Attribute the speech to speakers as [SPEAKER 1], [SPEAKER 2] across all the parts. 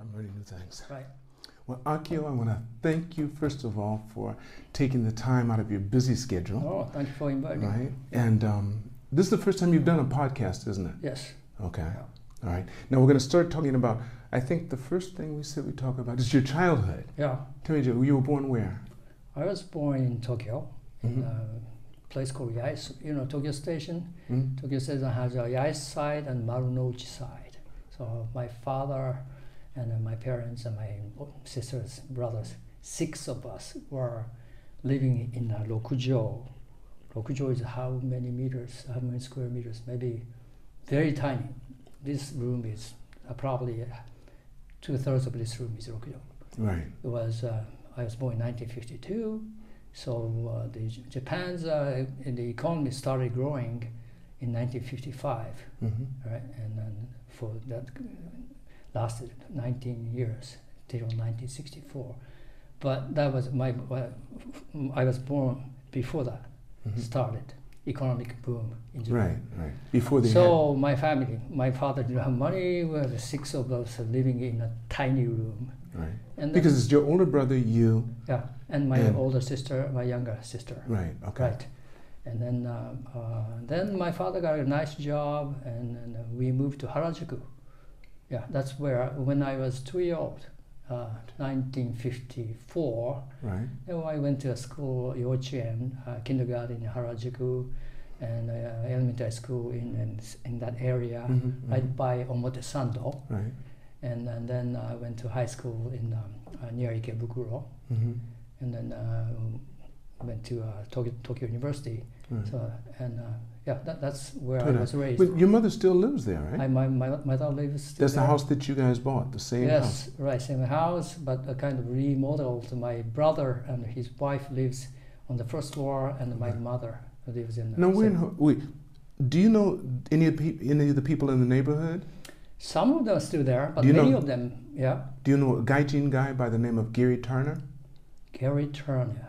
[SPEAKER 1] I'm learning new things.
[SPEAKER 2] Right.
[SPEAKER 1] Well, Akio, I want to thank you, first of all, for taking the time out of your busy schedule.
[SPEAKER 2] Oh, thank you for inviting.
[SPEAKER 1] Right? And um, this is the first time you've done a podcast, isn't it?
[SPEAKER 2] Yes.
[SPEAKER 1] Okay.
[SPEAKER 2] Yeah.
[SPEAKER 1] All right. Now we're going to start talking about, I think the first thing we said we talk about is your childhood.
[SPEAKER 2] Yeah.
[SPEAKER 1] Tell me, Joe, you were born where?
[SPEAKER 2] I was born in Tokyo, in uh,
[SPEAKER 1] Mhm.
[SPEAKER 2] a place called Yais. You know, Tokyo Station.
[SPEAKER 1] Hmm?
[SPEAKER 2] Tokyo Station has a Yais side and Marunouchi side. So my father and then my parents and my sisters, brothers, six of us were living in a Rokujo. Rokujo is how many meters? How many square meters? Maybe very tiny. This room is uh, probably two thirds of this room is Rokujo.
[SPEAKER 1] Right.
[SPEAKER 2] It was uh, I was born in 1952, so uh, the J- Japan's uh, the economy started growing in 1955,
[SPEAKER 1] Mm-hmm.
[SPEAKER 2] right? And then for that lasted 19 years till 1964. But that was my well, I was born before that started economic boom in Japan.
[SPEAKER 1] Mm-hmm. Right, right. Before they
[SPEAKER 2] So my family, my father didn't have money. We were six of us living in a tiny room,
[SPEAKER 1] had, right.
[SPEAKER 2] and then-
[SPEAKER 1] Because it's your older brother, you,
[SPEAKER 2] yeah, and my
[SPEAKER 1] Yeah.
[SPEAKER 2] older sister, my younger sister,
[SPEAKER 1] right? Okay.
[SPEAKER 2] right. And then, uh, uh, then my father got a nice job, and, and uh, we moved to Harajuku. Yeah, that's where when I was two year old, uh, 1954.
[SPEAKER 1] Right.
[SPEAKER 2] Then I went to a school, Yochien, uh, kindergarten in Harajuku, and uh, elementary school in, in in that area,
[SPEAKER 1] Mhm,
[SPEAKER 2] right by Omote Sando.
[SPEAKER 1] Right.
[SPEAKER 2] And, and then I went to high school in um, uh, near Ikebukuro
[SPEAKER 1] Mm-hmm.
[SPEAKER 2] and then uh, went to uh, Tokyo, Tokyo University.
[SPEAKER 1] Right.
[SPEAKER 2] So and uh, yeah, that, that's where
[SPEAKER 1] Totally.
[SPEAKER 2] I was raised.
[SPEAKER 1] But your mother still lives there, right?
[SPEAKER 2] I, my, my my dad lives. still
[SPEAKER 1] That's the
[SPEAKER 2] there.
[SPEAKER 1] house that you guys bought, the same house.
[SPEAKER 2] Yes, right, same house, but a kind of remodeled. My brother and his wife lives on the first floor, and my
[SPEAKER 1] Right.
[SPEAKER 2] mother lives in. the
[SPEAKER 1] Now, we're in,
[SPEAKER 2] same-
[SPEAKER 1] Ho- wait, do you know any of, peop any of the people in the neighborhood?
[SPEAKER 2] Some of them are still there, but
[SPEAKER 1] Do you
[SPEAKER 2] many
[SPEAKER 1] know-
[SPEAKER 2] of them, yeah.
[SPEAKER 1] Do you know a Gaijin guy by the name of Gary Turner?
[SPEAKER 2] Gary Turner.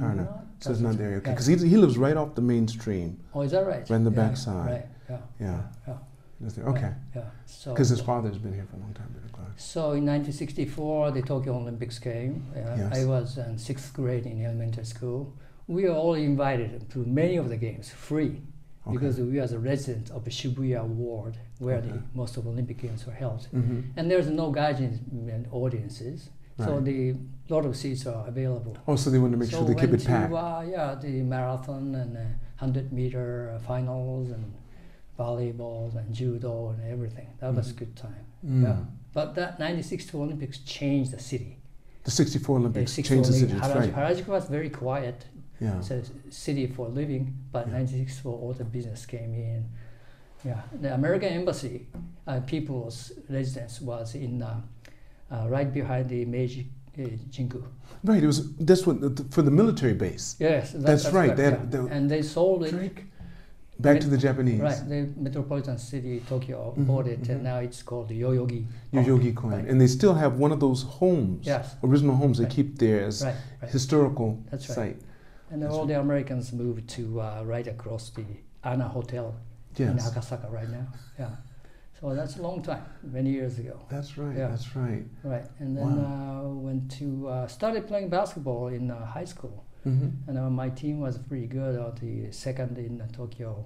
[SPEAKER 1] Turner.
[SPEAKER 2] Not
[SPEAKER 1] So it's not there, okay?
[SPEAKER 2] yeah.
[SPEAKER 1] Because he, he lives right off the mainstream.
[SPEAKER 2] Oh, is that right?
[SPEAKER 1] Right in the
[SPEAKER 2] yeah,
[SPEAKER 1] backside.
[SPEAKER 2] Right. Yeah.
[SPEAKER 1] Yeah.
[SPEAKER 2] Yeah.
[SPEAKER 1] Is there- Okay.
[SPEAKER 2] Yeah. So.
[SPEAKER 1] Because his father's been here for a long time. but okay.
[SPEAKER 2] So in 1964, the Tokyo Olympics came. Uh,
[SPEAKER 1] Yes.
[SPEAKER 2] I was in sixth grade in elementary school. We were all invited to many of the games free
[SPEAKER 1] Okay.
[SPEAKER 2] because we are the resident of Shibuya Ward, where
[SPEAKER 1] Okay.
[SPEAKER 2] the most of Olympic games were held.
[SPEAKER 1] Mhm.
[SPEAKER 2] And there's no guidance and audiences, so
[SPEAKER 1] Right.
[SPEAKER 2] the lot of seats are available.
[SPEAKER 1] Oh, so they wanted to make
[SPEAKER 2] so
[SPEAKER 1] sure they keep
[SPEAKER 2] went
[SPEAKER 1] it packed.
[SPEAKER 2] to uh, yeah the marathon and uh, 100 meter finals and volleyball and judo and everything. That was a good time.
[SPEAKER 1] Mm.
[SPEAKER 2] Yeah. But that 96 to Olympics changed the city.
[SPEAKER 1] The 64
[SPEAKER 2] The
[SPEAKER 1] Olympics
[SPEAKER 2] 64
[SPEAKER 1] changed the city.
[SPEAKER 2] Olympics,
[SPEAKER 1] That's
[SPEAKER 2] Harajuku,
[SPEAKER 1] right.
[SPEAKER 2] Harajuku was very quiet,
[SPEAKER 1] Yeah.
[SPEAKER 2] it's a city for living, but
[SPEAKER 1] Yeah.
[SPEAKER 2] 96 for all the business came in. Yeah, the American embassy, uh, people's residence was in uh, uh, right behind the Meiji uh, Jinku.
[SPEAKER 1] Right. It was that's what the, for the military base
[SPEAKER 2] Yes, that-
[SPEAKER 1] That's right,
[SPEAKER 2] correct,
[SPEAKER 1] they had-
[SPEAKER 2] yeah.
[SPEAKER 1] they were-
[SPEAKER 2] and they sold it.
[SPEAKER 1] back to the Japanese.
[SPEAKER 2] Right, the metropolitan city Tokyo
[SPEAKER 1] Mhm,
[SPEAKER 2] bought it,
[SPEAKER 1] mhm.
[SPEAKER 2] and now it's called Yoyogi. Park.
[SPEAKER 1] Yoyogi coin,
[SPEAKER 2] Right.
[SPEAKER 1] and they still have one of those homes,
[SPEAKER 2] Yes.
[SPEAKER 1] original homes
[SPEAKER 2] Right.
[SPEAKER 1] they keep there as
[SPEAKER 2] Right, right.
[SPEAKER 1] historical
[SPEAKER 2] That's right.
[SPEAKER 1] site.
[SPEAKER 2] And then
[SPEAKER 1] That's
[SPEAKER 2] all the Americans moved to uh, right across the Ana Hotel in
[SPEAKER 1] Yes,
[SPEAKER 2] Akasaka right now. Yeah. So that's a long time, many years ago.
[SPEAKER 1] that's right.
[SPEAKER 2] Yeah.
[SPEAKER 1] That's right.
[SPEAKER 2] Right. And then uh, went to uh, started playing basketball in uh, high school,
[SPEAKER 1] hmm
[SPEAKER 2] and uh, my team was pretty good. Or the second in uh, Tokyo,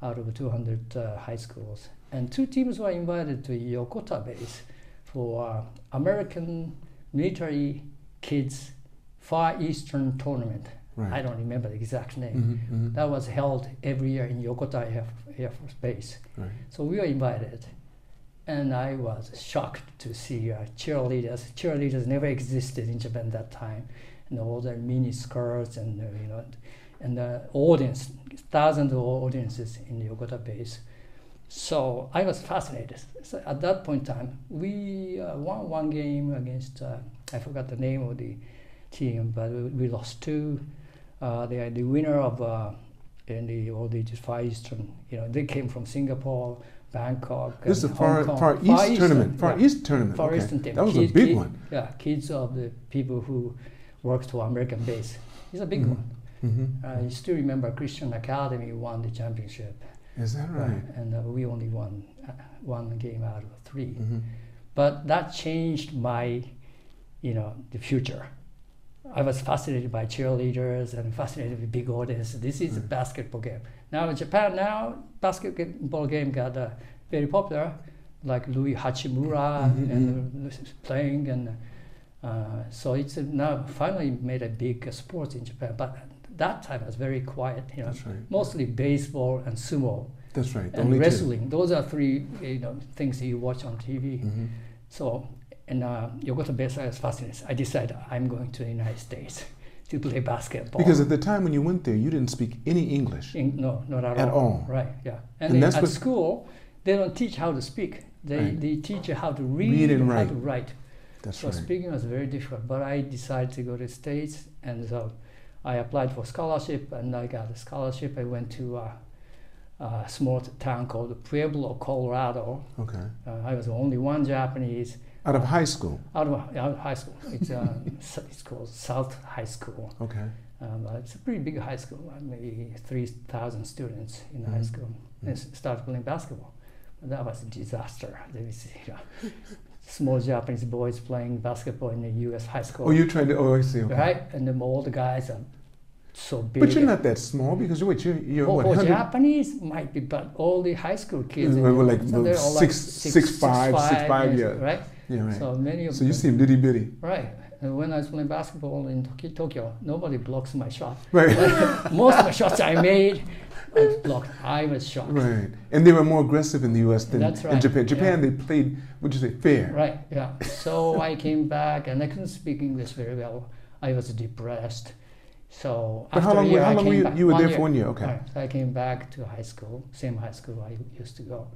[SPEAKER 2] out of 200 uh, high schools, and two teams were invited to Yokota base for uh, American military kids Far Eastern tournament.
[SPEAKER 1] Mm-hmm. Right.
[SPEAKER 2] I don't remember the exact name.
[SPEAKER 1] Mhm, mhm.
[SPEAKER 2] That was held every year in Yokota Air, Air Force Base.
[SPEAKER 1] Right.
[SPEAKER 2] So we were invited, and I was shocked to see uh, cheerleaders. Cheerleaders never existed in Japan that time, and all their mini skirts and uh, you know, and the audience, thousands of audiences in Yokota base. So I was fascinated. So at that point in time, we uh, won one game against uh, I forgot the name of the team, but we, we lost two. Uh, they are the winner of. Uh, in the all the Far Eastern, you know, they came from Singapore, Bangkok.
[SPEAKER 1] This is
[SPEAKER 2] and
[SPEAKER 1] the Far,
[SPEAKER 2] Hong Kong.
[SPEAKER 1] Far East tournament. Far
[SPEAKER 2] yeah.
[SPEAKER 1] East tournament.
[SPEAKER 2] Far
[SPEAKER 1] okay.
[SPEAKER 2] Eastern team.
[SPEAKER 1] That was a
[SPEAKER 2] Kid-
[SPEAKER 1] big
[SPEAKER 2] kid-
[SPEAKER 1] one.
[SPEAKER 2] Yeah, kids of the people who worked for American base. It's a big
[SPEAKER 1] Mhm.
[SPEAKER 2] one. I Uh, still remember Christian Academy won the championship,
[SPEAKER 1] Is that
[SPEAKER 2] uh,
[SPEAKER 1] right?
[SPEAKER 2] and uh, we only won uh, one game out of 3
[SPEAKER 1] Mhm.
[SPEAKER 2] But that changed my, you know, the future. I was fascinated by cheerleaders and fascinated with big audience. This is a
[SPEAKER 1] Right.
[SPEAKER 2] basketball game. Now in Japan, now basketball game got uh, very popular, like Louis Hachimura
[SPEAKER 1] Mhm,
[SPEAKER 2] and uh, playing, and uh, so it's uh, now finally made a big uh, sport in Japan. But that time was very quiet. You know,
[SPEAKER 1] That's right.
[SPEAKER 2] mostly baseball and sumo
[SPEAKER 1] That's right.
[SPEAKER 2] and wrestling. Those are three you know things you watch on TV.
[SPEAKER 1] hmm
[SPEAKER 2] So, and uh, Yokota Baseball is fascinating. I decided I'm going to the United States to play basketball.
[SPEAKER 1] Because at the time when you went there, you didn't speak any English
[SPEAKER 2] In- no, not at,
[SPEAKER 1] at
[SPEAKER 2] all.
[SPEAKER 1] all.
[SPEAKER 2] Right, yeah.
[SPEAKER 1] And
[SPEAKER 2] And, then
[SPEAKER 1] that's
[SPEAKER 2] at
[SPEAKER 1] what-
[SPEAKER 2] school, they don't teach how to speak. They,
[SPEAKER 1] Right.
[SPEAKER 2] they teach you how to read,
[SPEAKER 1] Read and
[SPEAKER 2] how
[SPEAKER 1] write.
[SPEAKER 2] to write.
[SPEAKER 1] That's
[SPEAKER 2] So
[SPEAKER 1] right.
[SPEAKER 2] speaking was very difficult. But I decided to go to States, and so I applied for scholarship, and I got a scholarship. I went to uh, a small town called Pueblo, Colorado.
[SPEAKER 1] Okay.
[SPEAKER 2] Uh, I was the only one Japanese.
[SPEAKER 1] Out of high school.
[SPEAKER 2] out of, out of high school. It's, uh, s- it's called South High School.
[SPEAKER 1] Okay.
[SPEAKER 2] Um, uh, it's a pretty big high school, uh, maybe 3,000 students in the high
[SPEAKER 1] Mhm.
[SPEAKER 2] school. And s- started playing basketball. But that was a disaster. There was, you know, small Japanese boys playing basketball in the U.S. high school.
[SPEAKER 1] Oh, you're trying to. Oh, I see. Okay.
[SPEAKER 2] right? And then all the guys are so big. Oh,
[SPEAKER 1] But you're not that small because you're, what, you're, you're
[SPEAKER 2] for,
[SPEAKER 1] what,
[SPEAKER 2] for
[SPEAKER 1] 100
[SPEAKER 2] Japanese might be, but all the high school kids,
[SPEAKER 1] They were like
[SPEAKER 2] so they're all
[SPEAKER 1] six- six five, six five,
[SPEAKER 2] yes,
[SPEAKER 1] yeah.
[SPEAKER 2] right?
[SPEAKER 1] Yeah, right. So,
[SPEAKER 2] So many of
[SPEAKER 1] you
[SPEAKER 2] them-
[SPEAKER 1] seem litty bitty.
[SPEAKER 2] Right. And when I was playing basketball in Toki- Tokyo, nobody blocks my shot.
[SPEAKER 1] Right.
[SPEAKER 2] Most of the shots I made, I blocked. I was shocked. Right.
[SPEAKER 1] right. And they were more aggressive in the U.S. than
[SPEAKER 2] That's
[SPEAKER 1] in
[SPEAKER 2] right,
[SPEAKER 1] Japan. Japan,
[SPEAKER 2] yeah.
[SPEAKER 1] they played, would you say, fair?
[SPEAKER 2] yeah. So I came back and I couldn't speak English very well. I was depressed. So
[SPEAKER 1] But how
[SPEAKER 2] after a
[SPEAKER 1] long, were-
[SPEAKER 2] year,
[SPEAKER 1] how
[SPEAKER 2] I
[SPEAKER 1] long
[SPEAKER 2] came
[SPEAKER 1] were you,
[SPEAKER 2] back-
[SPEAKER 1] you were
[SPEAKER 2] one
[SPEAKER 1] there
[SPEAKER 2] year.
[SPEAKER 1] for one year? Okay.
[SPEAKER 2] Right. So I came back to high school, same high school I used to go.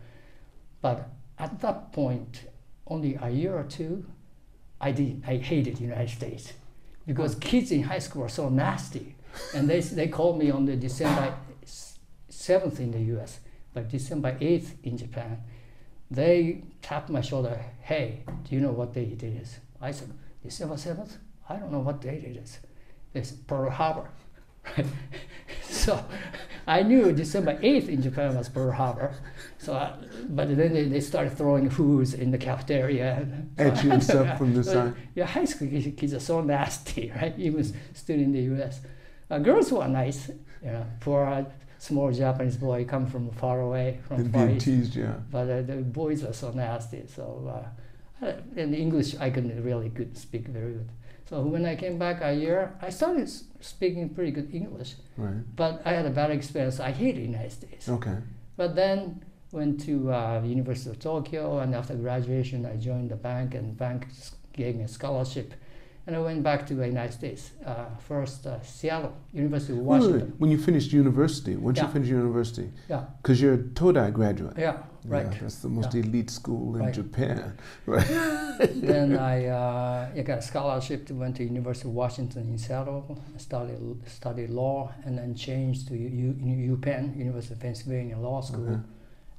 [SPEAKER 2] But at that point, only a year or two, I did I hated United States because kids in high school are so nasty, and they they called me on the December seventh in the U.S., but December eighth in Japan. They tapped my shoulder. Hey, do you know what day it is? I said December seventh. I don't know what date it is. They said Pearl Harbor. so I knew December 8th in Japan was Pearl Harbor. So, I, but then they, they started throwing foods in the cafeteria.
[SPEAKER 1] At you and stuff from the side.
[SPEAKER 2] Yeah, high school kids, kids are so nasty, right? Even s- still in the U.S. Uh, girls were nice, you know. Poor uh, small Japanese boy come from far away, from
[SPEAKER 1] They'd
[SPEAKER 2] far
[SPEAKER 1] being
[SPEAKER 2] east.
[SPEAKER 1] teased, yeah.
[SPEAKER 2] But uh, the boys were so nasty. So, uh, uh, in English, I couldn't really good speak very good. So when I came back a year, I started s- speaking pretty good English.
[SPEAKER 1] Right.
[SPEAKER 2] But I had a bad experience. I hated United States.
[SPEAKER 1] Okay.
[SPEAKER 2] But then went to uh, University of Tokyo, and after graduation, I joined the bank, and bank s- gave me a scholarship, and I went back to the United States. Uh, first, uh, Seattle, University of
[SPEAKER 1] Wait, wait, wait.
[SPEAKER 2] Washington.
[SPEAKER 1] When you finished university, once you
[SPEAKER 2] Yeah.
[SPEAKER 1] finished university,
[SPEAKER 2] Yeah,
[SPEAKER 1] because you're a Todai graduate.
[SPEAKER 2] yeah, right.
[SPEAKER 1] Yeah, that's the most
[SPEAKER 2] Yeah.
[SPEAKER 1] elite school in
[SPEAKER 2] Right.
[SPEAKER 1] Japan. Right.
[SPEAKER 2] then I, uh, I got a scholarship to went to University of Washington in Seattle, studied studied law, and then changed to U, U, UPenn, University of Pennsylvania Law School,
[SPEAKER 1] Okay. Uh-huh.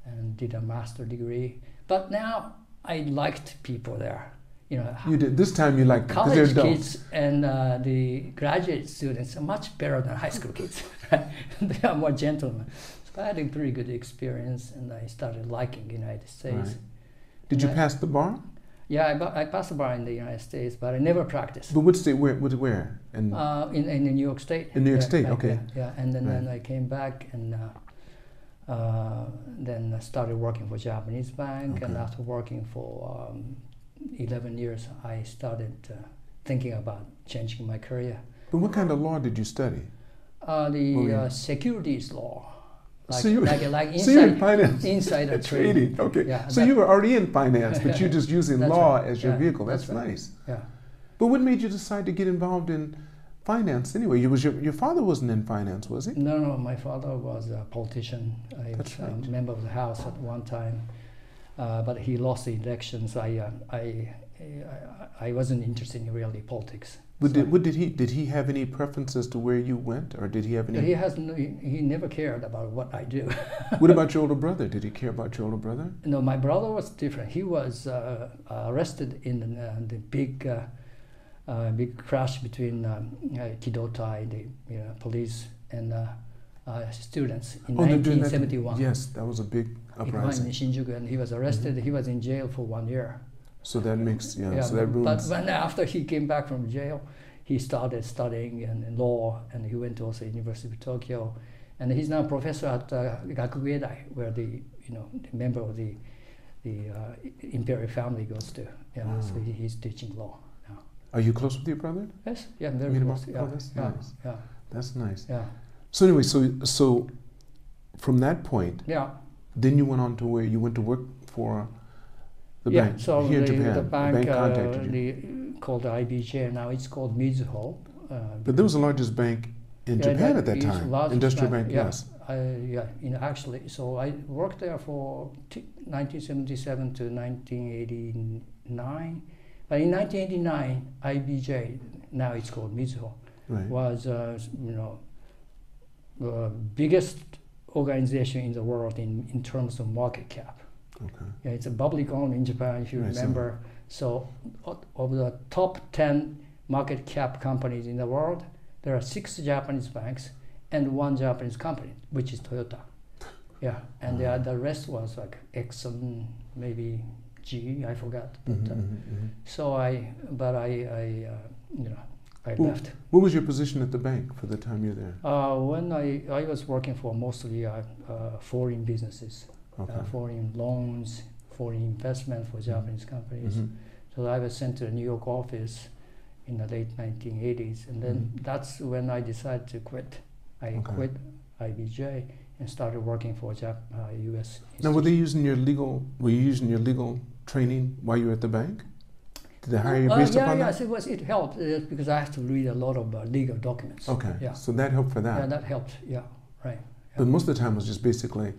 [SPEAKER 2] and did a master degree. But now I liked people there. You know,
[SPEAKER 1] You did this time you like because they're
[SPEAKER 2] college
[SPEAKER 1] adults.
[SPEAKER 2] kids and uh, the graduate students are much better than high school kids. they are more gentlemen. So I had a pretty good experience, and I started liking United States.
[SPEAKER 1] Right. Did you
[SPEAKER 2] Yeah.
[SPEAKER 1] pass the bar?
[SPEAKER 2] Yeah, I, bu- I passed the bar in the United States, but I never practiced.
[SPEAKER 1] But what state? Where? What, where? And
[SPEAKER 2] Uh, in, in New York State.
[SPEAKER 1] In New York
[SPEAKER 2] Yeah,
[SPEAKER 1] State,
[SPEAKER 2] right,
[SPEAKER 1] okay.
[SPEAKER 2] Yeah, yeah. and then, then I came back and uh, uh, then I started working for Japanese bank. And
[SPEAKER 1] Okay.
[SPEAKER 2] after working for um, 11 years, I started uh, thinking about changing my career.
[SPEAKER 1] but what kind of law did you study?
[SPEAKER 2] Uh, the
[SPEAKER 1] Oh, yeah.
[SPEAKER 2] uh, securities law, like
[SPEAKER 1] So you-
[SPEAKER 2] like, like
[SPEAKER 1] so you're in
[SPEAKER 2] inside,
[SPEAKER 1] finance.
[SPEAKER 2] insider trading.
[SPEAKER 1] Trading. Okay.
[SPEAKER 2] Yeah,
[SPEAKER 1] so
[SPEAKER 2] that-
[SPEAKER 1] you were already in finance, but you're just using
[SPEAKER 2] That's
[SPEAKER 1] law
[SPEAKER 2] right.
[SPEAKER 1] as your
[SPEAKER 2] Yeah,
[SPEAKER 1] vehicle. That's,
[SPEAKER 2] that's right.
[SPEAKER 1] nice.
[SPEAKER 2] Yeah.
[SPEAKER 1] But what made you decide to get involved in finance anyway? You was your, your father wasn't in finance, was he?
[SPEAKER 2] No, no, my father was a politician. I
[SPEAKER 1] That's
[SPEAKER 2] was
[SPEAKER 1] right.
[SPEAKER 2] a member of the House at one time, uh, but he lost the elections. I, uh, I, I, I wasn't interested in really politics.
[SPEAKER 1] But
[SPEAKER 2] So-
[SPEAKER 1] did, what did he did he have any preference as to where you went, or did he have
[SPEAKER 2] He
[SPEAKER 1] any?
[SPEAKER 2] has no, he, he never cared about what I do.
[SPEAKER 1] what about your older brother? Did he care about your older brother?
[SPEAKER 2] No, my brother was different. He was uh, arrested in uh, the big, uh, uh, big crash between um, uh, Kidotai, the you know, police, and uh, uh, students in
[SPEAKER 1] Oh, they're doing that-
[SPEAKER 2] 1971.
[SPEAKER 1] Yes, that was a big
[SPEAKER 2] He went in
[SPEAKER 1] uprising.
[SPEAKER 2] Shinjuku, and he was arrested. He was in jail for one year.
[SPEAKER 1] So that makes yeah. so that
[SPEAKER 2] but- but
[SPEAKER 1] ruins.
[SPEAKER 2] when after he came back from jail, he started studying and in law, and he went to also University of Tokyo, and he's now professor at uh, Gakugaidai, where the you know the member of the the uh, imperial family goes to. Yeah, so
[SPEAKER 1] Wow.
[SPEAKER 2] he, he's teaching law now.
[SPEAKER 1] Are you close with your brother?
[SPEAKER 2] Yes, yeah, I'm very
[SPEAKER 1] Meet him
[SPEAKER 2] close.
[SPEAKER 1] up?
[SPEAKER 2] Yeah,
[SPEAKER 1] Oh, that's
[SPEAKER 2] yeah,
[SPEAKER 1] nice.
[SPEAKER 2] yeah,
[SPEAKER 1] That's nice.
[SPEAKER 2] yeah,
[SPEAKER 1] So anyway, so so from that point,
[SPEAKER 2] yeah.
[SPEAKER 1] then you went on to where you went to work for the
[SPEAKER 2] yeah,
[SPEAKER 1] bank
[SPEAKER 2] so
[SPEAKER 1] here
[SPEAKER 2] the,
[SPEAKER 1] in Japan.
[SPEAKER 2] the bank,
[SPEAKER 1] contacted
[SPEAKER 2] uh,
[SPEAKER 1] you,
[SPEAKER 2] The, called IBJ, now it's called Mizuho. Uh,
[SPEAKER 1] but that was the largest bank in
[SPEAKER 2] Yeah,
[SPEAKER 1] Japan
[SPEAKER 2] that
[SPEAKER 1] at that
[SPEAKER 2] is
[SPEAKER 1] time.
[SPEAKER 2] largest
[SPEAKER 1] Industrial
[SPEAKER 2] bank,
[SPEAKER 1] bank,
[SPEAKER 2] yeah.
[SPEAKER 1] yes.
[SPEAKER 2] I, yeah, in actually, so I worked there for t- 1977 to 1989. But in 1989, IBJ, now it's called Mizuho,
[SPEAKER 1] Right.
[SPEAKER 2] was uh, s- you know the biggest organization in the world in, in terms of market cap.
[SPEAKER 1] Okay.
[SPEAKER 2] Yeah, it's a public owned in Japan, if you
[SPEAKER 1] Right, so-
[SPEAKER 2] remember. So, o- of the top 10 market cap companies in the world, there are six Japanese banks and one Japanese company, which is Toyota. Yeah, and the, the rest was like Exxon, maybe GE, I forgot. But,
[SPEAKER 1] Mhm,
[SPEAKER 2] uh,
[SPEAKER 1] mhm, mhm.
[SPEAKER 2] So I, but I, I uh, you know, I
[SPEAKER 1] Who-
[SPEAKER 2] left.
[SPEAKER 1] What was your position at the bank for the time you were there?
[SPEAKER 2] Uh, when I, I was working for mostly uh, uh, foreign businesses,
[SPEAKER 1] Okay.
[SPEAKER 2] uh, foreign loans, foreign investment for Japanese companies.
[SPEAKER 1] Mhm.
[SPEAKER 2] So I was sent to the New York office in the late 1980s, and then that's when I decided to quit. I
[SPEAKER 1] Mm-hmm. Okay.
[SPEAKER 2] quit IBJ and started working for Jap- uh, U.S.
[SPEAKER 1] Now, were
[SPEAKER 2] institution.
[SPEAKER 1] they using your legal? Were you using your legal training while you were at the bank? Did they hire you
[SPEAKER 2] Uh,
[SPEAKER 1] based
[SPEAKER 2] yeah,
[SPEAKER 1] upon
[SPEAKER 2] yes, it was. It helped uh, because I had to read a lot of uh, legal documents.
[SPEAKER 1] that? Okay.
[SPEAKER 2] Yeah.
[SPEAKER 1] So that helped for that.
[SPEAKER 2] Yeah, that helped. Yeah, right.
[SPEAKER 1] But most of the time was just basically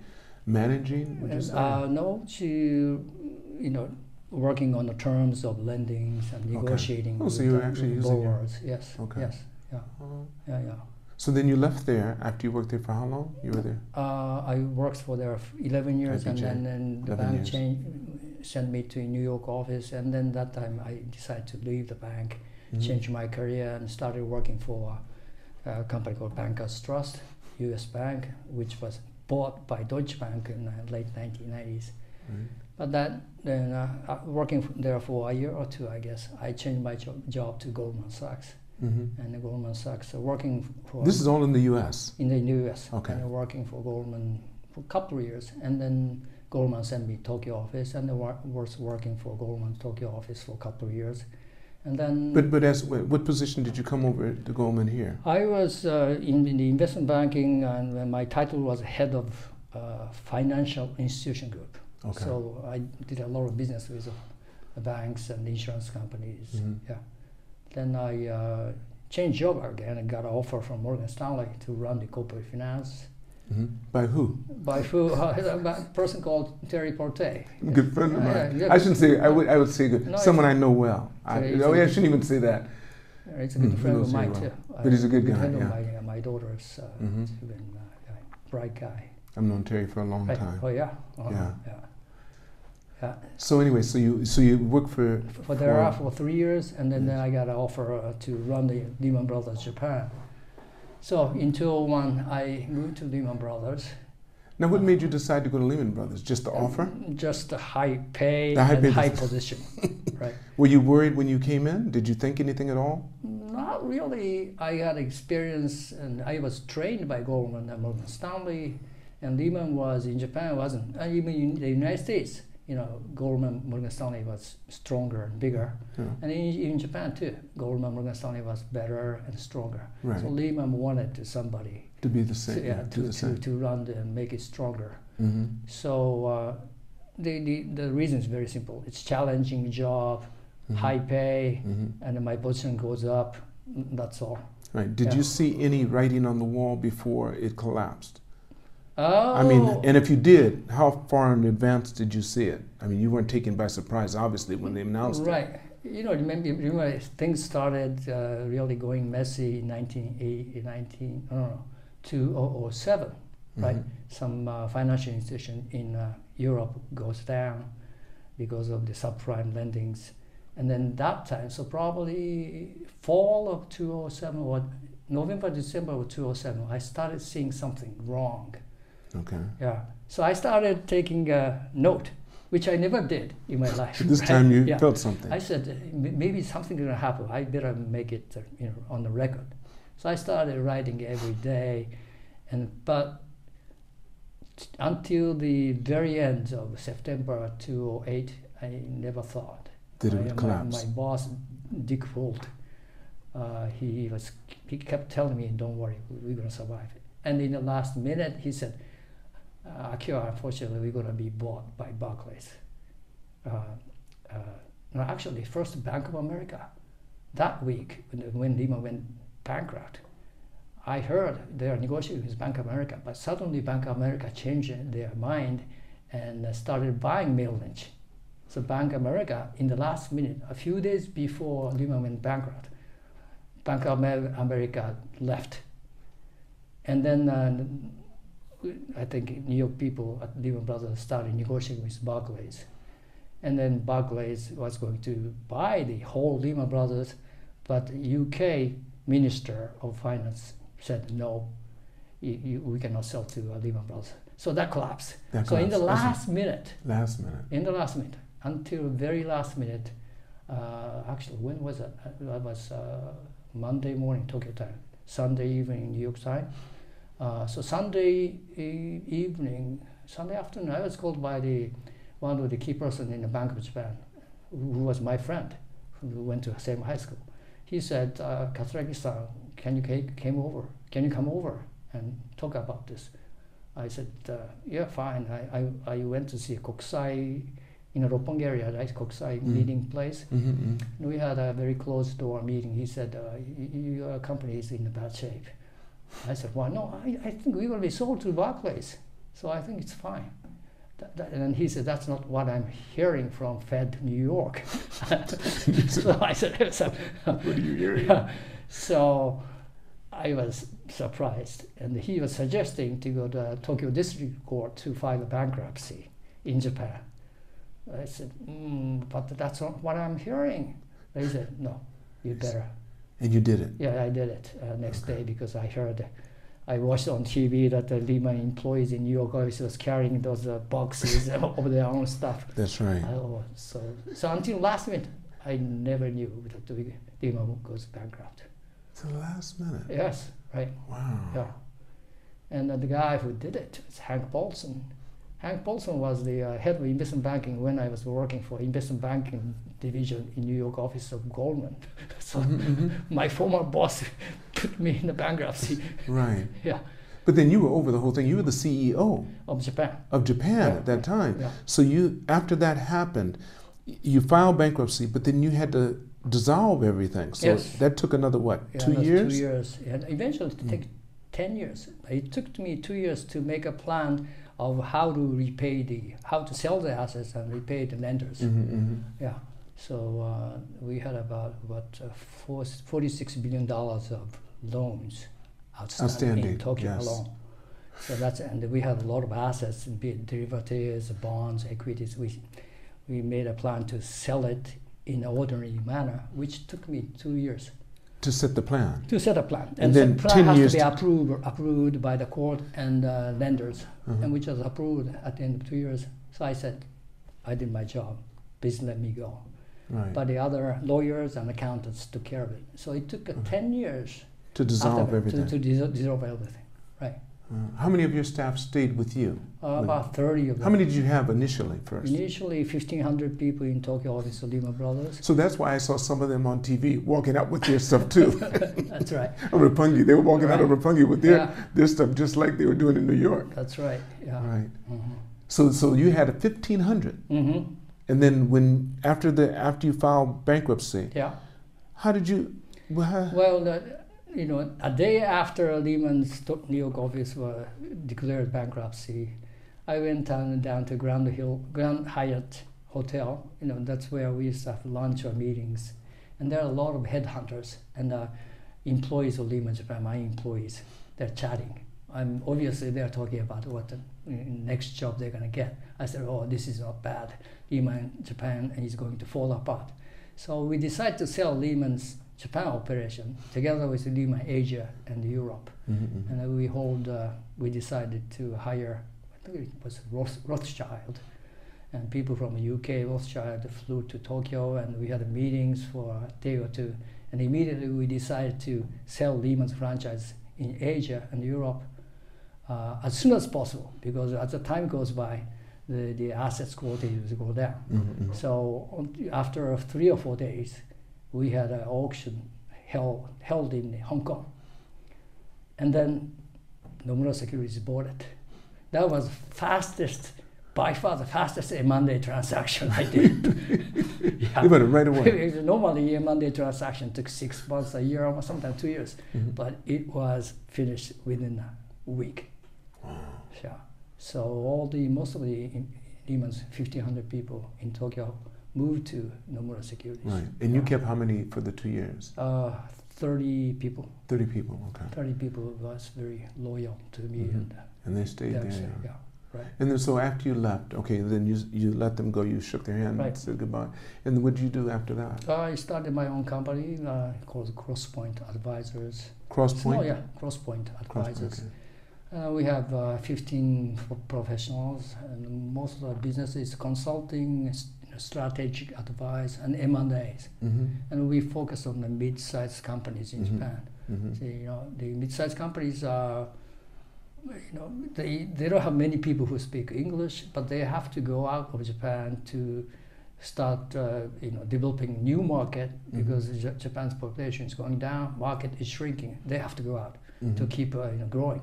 [SPEAKER 1] managing. Would you
[SPEAKER 2] And,
[SPEAKER 1] say?
[SPEAKER 2] uh, no, to you know, working on the terms of lendings and negotiating.
[SPEAKER 1] Oh, so
[SPEAKER 2] with
[SPEAKER 1] you were
[SPEAKER 2] the
[SPEAKER 1] actually using your-
[SPEAKER 2] borrowers. Yes.
[SPEAKER 1] Okay.
[SPEAKER 2] Yes.
[SPEAKER 1] Oh.
[SPEAKER 2] Yeah. Yeah.
[SPEAKER 1] so then you left there after you worked there for how long? You were there.
[SPEAKER 2] Uh, I worked for there f- 11 years, and
[SPEAKER 1] IBJ,
[SPEAKER 2] then, then the
[SPEAKER 1] 11
[SPEAKER 2] bank
[SPEAKER 1] years.
[SPEAKER 2] changed, sent me to New York office, and then that time I decided to leave the bank,
[SPEAKER 1] Mhm.
[SPEAKER 2] Mm-hmm. change my career, and started working for uh, a, a company called Bankers Trust, U.S. Bank, which was bought by Deutsche Bank in the late 1990s.
[SPEAKER 1] Right.
[SPEAKER 2] But that then uh, uh, working f- there for a year or two, I guess, I changed my jo- job to Goldman Sachs,
[SPEAKER 1] Mhm.
[SPEAKER 2] and the Goldman Sachs uh, working for
[SPEAKER 1] This is all in the U.S.
[SPEAKER 2] in the U.S.
[SPEAKER 1] Okay.
[SPEAKER 2] And working for Goldman for a couple of years, and then Goldman sent me Tokyo office, and I wa- was working for Goldman Tokyo office for a couple of years, and then
[SPEAKER 1] But but as wait, what position did you come over to Goldman here?
[SPEAKER 2] I was uh, in, in the investment banking, and then my title was head of uh, financial institution group.
[SPEAKER 1] Okay.
[SPEAKER 2] So I did a lot of business with uh, the banks and insurance companies.
[SPEAKER 1] Mhm.
[SPEAKER 2] Yeah. Then I uh, changed job again and got an offer from Morgan Stanley to run the corporate finance.
[SPEAKER 1] Mhm. By who?
[SPEAKER 2] by who, a person called Terry Porte.
[SPEAKER 1] Good friend of
[SPEAKER 2] Yeah,
[SPEAKER 1] mine.
[SPEAKER 2] yeah, yeah.
[SPEAKER 1] I shouldn't say. I would. I would say good.
[SPEAKER 2] No, it's
[SPEAKER 1] Someone
[SPEAKER 2] a-
[SPEAKER 1] I know well. I,
[SPEAKER 2] it's a-
[SPEAKER 1] oh, yeah, I shouldn't even say that.
[SPEAKER 2] Uh, It's a
[SPEAKER 1] Mm,
[SPEAKER 2] good
[SPEAKER 1] he
[SPEAKER 2] friend of
[SPEAKER 1] knows you
[SPEAKER 2] mine
[SPEAKER 1] well.
[SPEAKER 2] too.
[SPEAKER 1] But he's a good guy,
[SPEAKER 2] friend
[SPEAKER 1] yeah.
[SPEAKER 2] of my, uh, my daughter's uh,
[SPEAKER 1] Mhm.
[SPEAKER 2] children, uh, yeah, bright guy.
[SPEAKER 1] I've known Terry for a long
[SPEAKER 2] Right.
[SPEAKER 1] time.
[SPEAKER 2] Oh yeah. Uh-huh.
[SPEAKER 1] Yeah.
[SPEAKER 2] yeah. Yeah.
[SPEAKER 1] So anyway, so you so you work for
[SPEAKER 2] F- For there
[SPEAKER 1] For-
[SPEAKER 2] for three years, and then, then I got an offer uh, to run the Lehman Brothers Japan. So in 2001, I moved to Lehman Brothers.
[SPEAKER 1] now. What made you decide to go to Lehman Brothers? Just the offer?
[SPEAKER 2] Just the high pay
[SPEAKER 1] The high
[SPEAKER 2] and
[SPEAKER 1] pay
[SPEAKER 2] high
[SPEAKER 1] business.
[SPEAKER 2] position, right?
[SPEAKER 1] Were you worried when you came in? Did you think anything at all?
[SPEAKER 2] Not really. I had experience, and I was trained by Goldman and Morgan Stanley, and Lehman was in Japan wasn't. And even in the United States, you know, Goldman Morgan Stanley was stronger and bigger,
[SPEAKER 1] Yeah.
[SPEAKER 2] and in, in Japan too, Goldman Morgan Stanley was better and stronger.
[SPEAKER 1] Right.
[SPEAKER 2] So Lehman wanted to somebody,
[SPEAKER 1] to be the
[SPEAKER 2] to,
[SPEAKER 1] same.
[SPEAKER 2] yeah,
[SPEAKER 1] do
[SPEAKER 2] to,
[SPEAKER 1] the
[SPEAKER 2] to,
[SPEAKER 1] same.
[SPEAKER 2] to run the- and make it stronger.
[SPEAKER 1] hmm
[SPEAKER 2] So uh, the, the the reason is very simple. It's challenging job,
[SPEAKER 1] Mm-hmm.
[SPEAKER 2] high pay
[SPEAKER 1] hmm
[SPEAKER 2] and my position goes up. mm, That's all.
[SPEAKER 1] Right. Did
[SPEAKER 2] Yeah.
[SPEAKER 1] you see any writing on the wall before it collapsed?
[SPEAKER 2] Oh,
[SPEAKER 1] I mean, and if you did, how far in advance did you see it? I mean, you weren't taken by surprise, obviously, when they announced
[SPEAKER 2] right. You know, remember, remember things started uh, really going messy in 1980, 19, no, no, no, 2007,
[SPEAKER 1] it.
[SPEAKER 2] right? Some uh, financial institution in uh, Europe goes down because of the subprime lendings. And then that time, so probably fall of 2007 or November, December of 2007, I started seeing something wrong.
[SPEAKER 1] Mhm. Okay.
[SPEAKER 2] Yeah. So I started taking a note which I never did in my life.
[SPEAKER 1] This
[SPEAKER 2] right?
[SPEAKER 1] time you
[SPEAKER 2] Yeah.
[SPEAKER 1] felt something.
[SPEAKER 2] I said, "Eh, "M- maybe something's going to happen. I better make it, uh, you know, on the record. So I started writing every day, and but t- until the very end of September 2008, I never thought.
[SPEAKER 1] Did
[SPEAKER 2] I-
[SPEAKER 1] it
[SPEAKER 2] Oh, my-
[SPEAKER 1] collapse?
[SPEAKER 2] My, boss, Dick Holt, uh, he was he kept telling me, "Don't worry, we- we're going to survive it." And in the last minute, he said, uh, "Akira, unfortunately, we're going to be bought by Barclays." Uh, uh, no, actually, first Bank of America. That week, when, when Lehman went bankrupt, I heard they are negotiating with Bank of America, but suddenly Bank of America changed their mind and started buying Merrill Lynch. So Bank of America, in the last minute, a few days before Lehman went bankrupt, Bank of Amer- America left. And then uh, I think New York people at Lehman Brothers started negotiating with Barclays. And then Barclays was going to buy the whole Lehman Brothers, but UK Minister of Finance said no, you, you, we cannot sell to uh, Lehman Brothers. So that collapsed.
[SPEAKER 1] That
[SPEAKER 2] so in the
[SPEAKER 1] collapsed.
[SPEAKER 2] last minute,
[SPEAKER 1] Last minute.
[SPEAKER 2] in the last minute until very last minute uh, actually when was that Uh, that was uh, monday morning tokyo time sunday evening new york time uh, so sunday e- evening sunday afternoon i was called by the one of the key person in the bank of japan who who was my friend who went to the same high school he said uh, katsuragi-san can you ca- came over can you come over and talk about this I said, uh, yeah, fine. I, I, I went to see Kokusai in Roppongi area, right? Kokusai
[SPEAKER 1] Mm.
[SPEAKER 2] meeting place.
[SPEAKER 1] Mm-hmm.
[SPEAKER 2] And we had a very closed door meeting. He said, uh, y- y- your company is in bad shape. I said, well, no, I, I think we will be sold to Barclays. So I think it's fine. That, that, and he said, that's not what I'm hearing from Fed New York. so I said, so,
[SPEAKER 1] What are you hearing?
[SPEAKER 2] so I was surprised, and he was suggesting to go to Tokyo District Court to file a bankruptcy in Japan. I said, mm, but that's not what I'm hearing. They said, no, you better.
[SPEAKER 1] And you did it.
[SPEAKER 2] Yeah, I did it uh, next day because I heard, I watched on TV that the Lima employees in New York office was carrying those uh, boxes of their own stuff.
[SPEAKER 1] That's right.
[SPEAKER 2] Oh, so, so until last minute, I never knew that the Lima goes bankrupt.
[SPEAKER 1] To the last minute.
[SPEAKER 2] Yes, right.
[SPEAKER 1] Wow.
[SPEAKER 2] Yeah. And uh, the guy who did it is Hank Paulson. Hank Paulson was the uh, head of investment banking when I was working for investment banking division in New York office of Goldman. so
[SPEAKER 1] Mhm,
[SPEAKER 2] my former boss put me in the bankruptcy
[SPEAKER 1] mhm. Right.
[SPEAKER 2] Yeah.
[SPEAKER 1] But then you were over the whole thing. You were the CEO
[SPEAKER 2] of Japan.
[SPEAKER 1] of Japan
[SPEAKER 2] Yeah.
[SPEAKER 1] at that time.
[SPEAKER 2] Yeah.
[SPEAKER 1] So you, after that happened, y- you filed bankruptcy, but then you had to dissolve everything. So
[SPEAKER 2] Yes.
[SPEAKER 1] that took another what?
[SPEAKER 2] Yeah,
[SPEAKER 1] two
[SPEAKER 2] that's
[SPEAKER 1] years.
[SPEAKER 2] Two years. And eventually it
[SPEAKER 1] Mm.
[SPEAKER 2] took 10 years. It took me two years to make a plan of how to repay the, how to sell the assets and repay the lenders.
[SPEAKER 1] Mhm, mhm.
[SPEAKER 2] Yeah. So uh, we had about what uh, four, 46 billion dollars of loans outstanding,
[SPEAKER 1] Outstanding,
[SPEAKER 2] in Tokyo
[SPEAKER 1] yes.
[SPEAKER 2] alone. So that's and we had a lot of assets, be it derivatives, bonds, equities. We we made a plan to sell it in an ordinary manner, which took me two years
[SPEAKER 1] To set the plan.
[SPEAKER 2] to set a plan. And,
[SPEAKER 1] And then
[SPEAKER 2] the
[SPEAKER 1] 10
[SPEAKER 2] plan has
[SPEAKER 1] years
[SPEAKER 2] to be
[SPEAKER 1] to-
[SPEAKER 2] approved approved by the court and uh, lenders
[SPEAKER 1] Mhm.
[SPEAKER 2] and which was approved at the end of two years. So I said, I did my job. Please let me go.
[SPEAKER 1] Right.
[SPEAKER 2] But the other lawyers and accountants took care of it. So it took uh,
[SPEAKER 1] Mhm.
[SPEAKER 2] 10 years
[SPEAKER 1] to dissolve
[SPEAKER 2] after,
[SPEAKER 1] everything.
[SPEAKER 2] to, to dissolve, dissolve everything.
[SPEAKER 1] Uh, how many of your staff stayed with you?
[SPEAKER 2] Uh,
[SPEAKER 1] Wow.
[SPEAKER 2] about 30 of them.
[SPEAKER 1] How many did you have initially first?
[SPEAKER 2] Initially, 1,500 people in Tokyo office of Lehman Brothers.
[SPEAKER 1] So that's why I saw some of them on TV walking out with their stuff too.
[SPEAKER 2] That's right.
[SPEAKER 1] Rapungi, they were walking out of
[SPEAKER 2] Right.
[SPEAKER 1] Rapungi with their,
[SPEAKER 2] yeah,
[SPEAKER 1] their stuff just like they were doing in New York.
[SPEAKER 2] that's right. Yeah.
[SPEAKER 1] Right.
[SPEAKER 2] hmm
[SPEAKER 1] So so you had a fifteen hundred,
[SPEAKER 2] hmm
[SPEAKER 1] and then when after the after you filed bankruptcy,
[SPEAKER 2] Yeah.
[SPEAKER 1] how did you? Well, how-
[SPEAKER 2] Well, uh, you know, a day after Lehman's to- New York office were declared bankruptcy, I went down, down to Grand Hill, Grand Hyatt Hotel. You know, that's where we used to have lunch or meetings, and there are a lot of headhunters and uh, employees of Lehman Japan. My employees, they're chatting. I'm obviously they're talking about what the mm, next job they're gonna get. I said, oh, this is not bad. Lehman Japan is going to fall apart. So we decided to sell Lehman's Japan operation together with Lehman Asia and Europe.
[SPEAKER 1] Mhm, mhm.
[SPEAKER 2] And then we hold, uh, we decided to hire, I think it was Roth- Rothschild and people from UK, Australia flew to Tokyo, and we had meetings for a day or two. And immediately we decided to sell Lehman's franchise in Asia and Europe uh, as soon as possible because as the time goes by, the, the assets quality will go down.
[SPEAKER 1] Mhm.
[SPEAKER 2] So on, after three or four days, we had an auction held, held in Hong Kong. And then Nomura Securities bought it. That was fastest, by far the fastest M&A transaction I did.
[SPEAKER 1] You bought it right away.
[SPEAKER 2] Normally, M&A transaction took six months, a year, or sometimes two years.
[SPEAKER 1] Mhm.
[SPEAKER 2] But it was finished within a week. Yeah. So all the most of the in- Lehman's fifteen hundred people in Tokyo moved to Nomura Securities.
[SPEAKER 1] Right. And you
[SPEAKER 2] Yeah.
[SPEAKER 1] kept how many for the two years?
[SPEAKER 2] uh, thirty people.
[SPEAKER 1] 30 people, okay.
[SPEAKER 2] Thirty people was very loyal to me
[SPEAKER 1] Mhm.
[SPEAKER 2] and
[SPEAKER 1] And they stayed
[SPEAKER 2] that's
[SPEAKER 1] there.
[SPEAKER 2] it, Mm-hmm. yeah.
[SPEAKER 1] And then, so after you left, okay, then you, you let them go, you shook their hand,
[SPEAKER 2] Right.
[SPEAKER 1] said goodbye. And then what did you do after that?
[SPEAKER 2] I started my own company uh, called Crosspoint Advisors.
[SPEAKER 1] Cross
[SPEAKER 2] No,
[SPEAKER 1] Point?
[SPEAKER 2] yeah, Crosspoint
[SPEAKER 1] Cross Point,
[SPEAKER 2] Advisors.
[SPEAKER 1] okay.
[SPEAKER 2] Uh, we have uh, 15 f- professionals, and most of our business is consulting, s- strategic advice, and M&As.
[SPEAKER 1] Mhm,
[SPEAKER 2] And we focus on the mid-sized companies in
[SPEAKER 1] Mhm.
[SPEAKER 2] Japan.
[SPEAKER 1] mhm.
[SPEAKER 2] So, you know, the mid-sized companies are, you know, they, they don't have many people who speak English, but they have to go out of Japan to start, uh, you know, developing new market because Ja- Japan's population is going down, market is shrinking. They have to go out to
[SPEAKER 1] Mhm.
[SPEAKER 2] keep uh, you know, growing.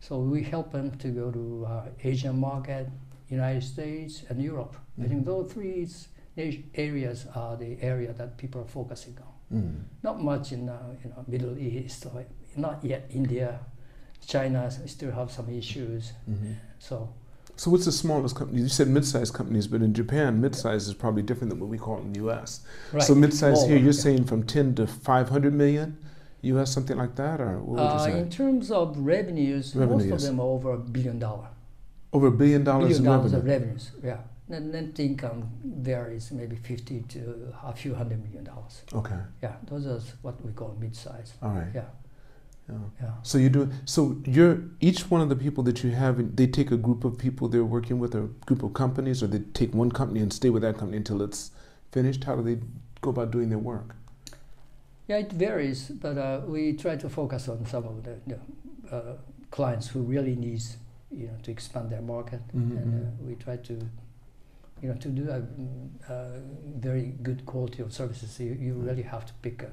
[SPEAKER 2] So we help them to go to uh, Asian market, United States, and Europe. I
[SPEAKER 1] Mm-hmm.
[SPEAKER 2] think those three s- nat- areas are the area that people are focusing on.
[SPEAKER 1] Mm.
[SPEAKER 2] Not much in uh, you know Middle East, or not yet India, China s- still have some issues.
[SPEAKER 1] Mhm.
[SPEAKER 2] So
[SPEAKER 1] So what's the smallest company? You said mid-sized companies, but in Japan, mid-sized is probably different than what we call in the U.S.
[SPEAKER 2] right.
[SPEAKER 1] So mid-sized
[SPEAKER 2] Smaller,
[SPEAKER 1] here, you're
[SPEAKER 2] yeah.
[SPEAKER 1] saying from 10 to 500 million U.S., something like that, or what would you
[SPEAKER 2] Uh,
[SPEAKER 1] say?
[SPEAKER 2] in terms of revenues, most of
[SPEAKER 1] Revenues.
[SPEAKER 2] them are over a billion dollar.
[SPEAKER 1] Over a billion dollars
[SPEAKER 2] billion
[SPEAKER 1] in
[SPEAKER 2] dollars
[SPEAKER 1] revenue.
[SPEAKER 2] of revenues. Yeah, and net income varies maybe fifty to a few hundred million dollars.
[SPEAKER 1] Okay,
[SPEAKER 2] Yeah, those are what we call mid-size.
[SPEAKER 1] all right.
[SPEAKER 2] Yeah,
[SPEAKER 1] Yeah.
[SPEAKER 2] yeah.
[SPEAKER 1] So you do. So you're each one of the people that you have. in- They take a group of people they're working with, or a group of companies, or they take one company and stay with that company until it's finished. How do they go about doing their work?
[SPEAKER 2] Yeah, it varies, but uh, we try to focus on some of the you know, uh, clients who really needs you know to expand their market,
[SPEAKER 1] Mhm,
[SPEAKER 2] and uh,
[SPEAKER 1] mhm.
[SPEAKER 2] we try to you know to do a, mm, a very good quality of services. You, you really have to pick uh,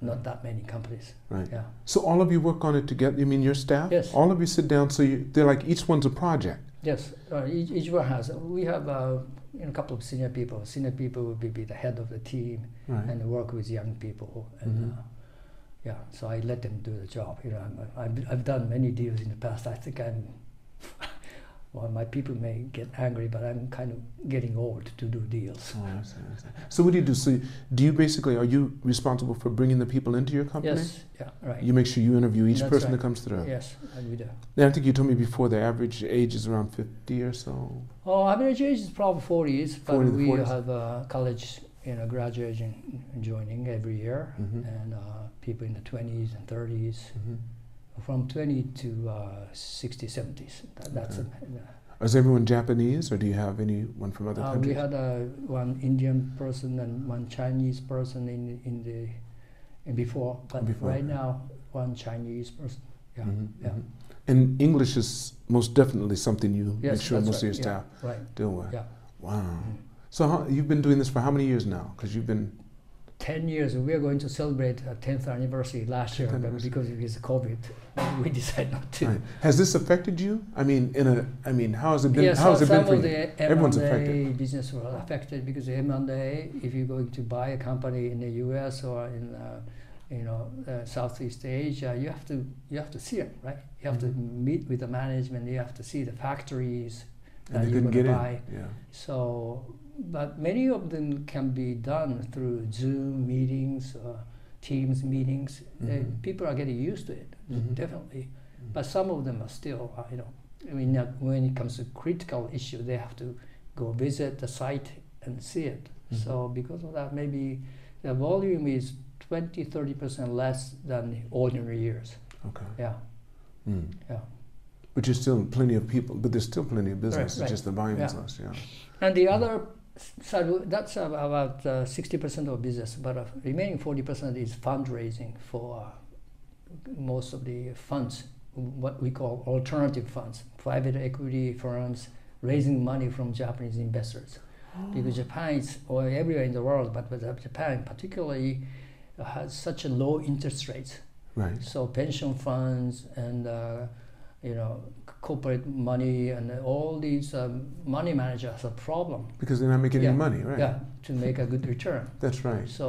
[SPEAKER 2] not that many companies.
[SPEAKER 1] Right.
[SPEAKER 2] Yeah.
[SPEAKER 1] So all of you work on it together. You mean your staff?
[SPEAKER 2] Yes.
[SPEAKER 1] All of you sit down. So you, they're like each one's a project.
[SPEAKER 2] Yes, uh, each, each one has. We have uh, you know, a couple of senior people. Senior people would be, be the head of the team
[SPEAKER 1] Right.
[SPEAKER 2] and work with young people. And
[SPEAKER 1] Mhm.
[SPEAKER 2] uh, yeah, so I let them do the job. You know, I'm, I've, I've done many deals in the past. I think I'm. Well, my people may get angry, but I'm kind of getting old to do deals.
[SPEAKER 1] Oh, I see, I see. So what do you do? So do you basically are you responsible for bringing the people into your company?
[SPEAKER 2] Yes, yeah, right.
[SPEAKER 1] You make sure you interview each
[SPEAKER 2] That's
[SPEAKER 1] person
[SPEAKER 2] right.
[SPEAKER 1] that comes through.
[SPEAKER 2] yes, I do that.
[SPEAKER 1] Now, I think you told me before the average age is around fifty or so.
[SPEAKER 2] Oh, average age is probably 40s, but
[SPEAKER 1] 40 to
[SPEAKER 2] we
[SPEAKER 1] 40s.
[SPEAKER 2] have uh, college you know, graduation joining every year,
[SPEAKER 1] Mhm.
[SPEAKER 2] and uh, people in the 20s and 30s,
[SPEAKER 1] Mhm.
[SPEAKER 2] from 20 to uh, 60, 70s. That, that's
[SPEAKER 1] Okay.
[SPEAKER 2] uh,
[SPEAKER 1] Is everyone Japanese, or do you have anyone from other
[SPEAKER 2] uh, we
[SPEAKER 1] countries?
[SPEAKER 2] had uh, one Indian person and one Chinese person in in the in before, but
[SPEAKER 1] Before,
[SPEAKER 2] right
[SPEAKER 1] yeah.
[SPEAKER 2] now one Chinese person. Yeah,
[SPEAKER 1] Mhm,
[SPEAKER 2] yeah.
[SPEAKER 1] mhm. And English is most definitely something you
[SPEAKER 2] Yes,
[SPEAKER 1] make sure
[SPEAKER 2] that's
[SPEAKER 1] most of your
[SPEAKER 2] right, yeah.
[SPEAKER 1] staff Mm-hmm.
[SPEAKER 2] right.
[SPEAKER 1] deal with.
[SPEAKER 2] Yeah. Mm-hmm.
[SPEAKER 1] Wow. So how, you've been doing this for how many years now? Because you've been
[SPEAKER 2] 10 years, we are going to celebrate our 10th anniversary last year,
[SPEAKER 1] 10th
[SPEAKER 2] but
[SPEAKER 1] anniversary.
[SPEAKER 2] because it is COVID, we decided not to.
[SPEAKER 1] right. has this affected you? I mean, in a I mean, how has it been?
[SPEAKER 2] Yes,
[SPEAKER 1] how has
[SPEAKER 2] some
[SPEAKER 1] it been
[SPEAKER 2] some
[SPEAKER 1] for
[SPEAKER 2] of
[SPEAKER 1] you?
[SPEAKER 2] the
[SPEAKER 1] Everyone's
[SPEAKER 2] M&A
[SPEAKER 1] affected.
[SPEAKER 2] business were affected because M&A, if you're going to buy a company in the U.S. or in, uh, you know, uh, Southeast Asia, you have to, you have to see them, right? You have to
[SPEAKER 1] Mm-hmm.
[SPEAKER 2] meet with the management, you have to see the factories
[SPEAKER 1] and
[SPEAKER 2] that
[SPEAKER 1] they
[SPEAKER 2] you're
[SPEAKER 1] couldn't
[SPEAKER 2] going to
[SPEAKER 1] get in.
[SPEAKER 2] buy. Mm-hmm.
[SPEAKER 1] Yeah.
[SPEAKER 2] So, but many of them can be done through Zoom meetings, uh, Teams meetings. Uh,
[SPEAKER 1] Mhm.
[SPEAKER 2] people are getting used to it,
[SPEAKER 1] Mhm.
[SPEAKER 2] definitely. But some of them are still, uh, you know, I mean, uh, when it comes to critical issue, they have to go visit the site and see it.
[SPEAKER 1] Mhm.
[SPEAKER 2] So because of that, maybe the volume is 20, 30 percent less than ordinary years.
[SPEAKER 1] Okay.
[SPEAKER 2] Yeah,
[SPEAKER 1] Mm.
[SPEAKER 2] yeah.
[SPEAKER 1] But you're still plenty of people, but there's still plenty of business.
[SPEAKER 2] right.
[SPEAKER 1] It's just the buying
[SPEAKER 2] Yeah.
[SPEAKER 1] is less, yeah.
[SPEAKER 2] And the other side, that's ab- about uh, 60% of business, but uh, remaining 40% is fundraising for uh, most of the funds, what we call alternative funds, private equity firms raising money from Japanese investors. Because Japan is, or everywhere in the world, but with Japan particularly, uh, has such a low interest rates.
[SPEAKER 1] Right.
[SPEAKER 2] So pension funds and uh, you know c- corporate money and all these um, money managers have a problem.
[SPEAKER 1] Because they're not making
[SPEAKER 2] Yeah.
[SPEAKER 1] any money, right?
[SPEAKER 2] Yeah, to make a good return.
[SPEAKER 1] That's right.
[SPEAKER 2] So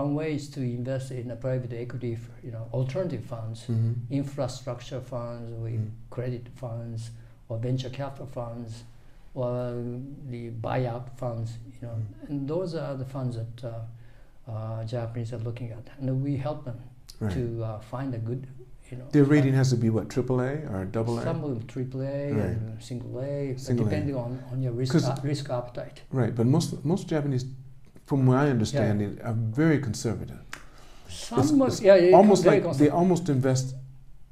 [SPEAKER 2] one way is to invest in a private equity, f- you know, alternative funds,
[SPEAKER 1] hmm
[SPEAKER 2] infrastructure funds, or
[SPEAKER 1] Mm.
[SPEAKER 2] credit funds, or venture capital funds, or the buyout funds. You know,
[SPEAKER 1] Mm-hmm.
[SPEAKER 2] and those are the funds that uh, uh, Japanese are looking at, and we help them
[SPEAKER 1] Mm-hmm. Right.
[SPEAKER 2] to uh, find a good, you know.
[SPEAKER 1] Their
[SPEAKER 2] fund.
[SPEAKER 1] rating has to be what, AAA or double A?
[SPEAKER 2] Some of them triple A
[SPEAKER 1] Right.
[SPEAKER 2] and single A,
[SPEAKER 1] Single A.
[SPEAKER 2] depending on, on your risk
[SPEAKER 1] 'Cause-
[SPEAKER 2] a- risk appetite.
[SPEAKER 1] Right, but most most Japanese, from my understanding, are very conservative.
[SPEAKER 2] Some
[SPEAKER 1] It's-
[SPEAKER 2] must-
[SPEAKER 1] it's
[SPEAKER 2] yeah, yeah,
[SPEAKER 1] almost
[SPEAKER 2] very
[SPEAKER 1] like
[SPEAKER 2] cons-
[SPEAKER 1] they almost invest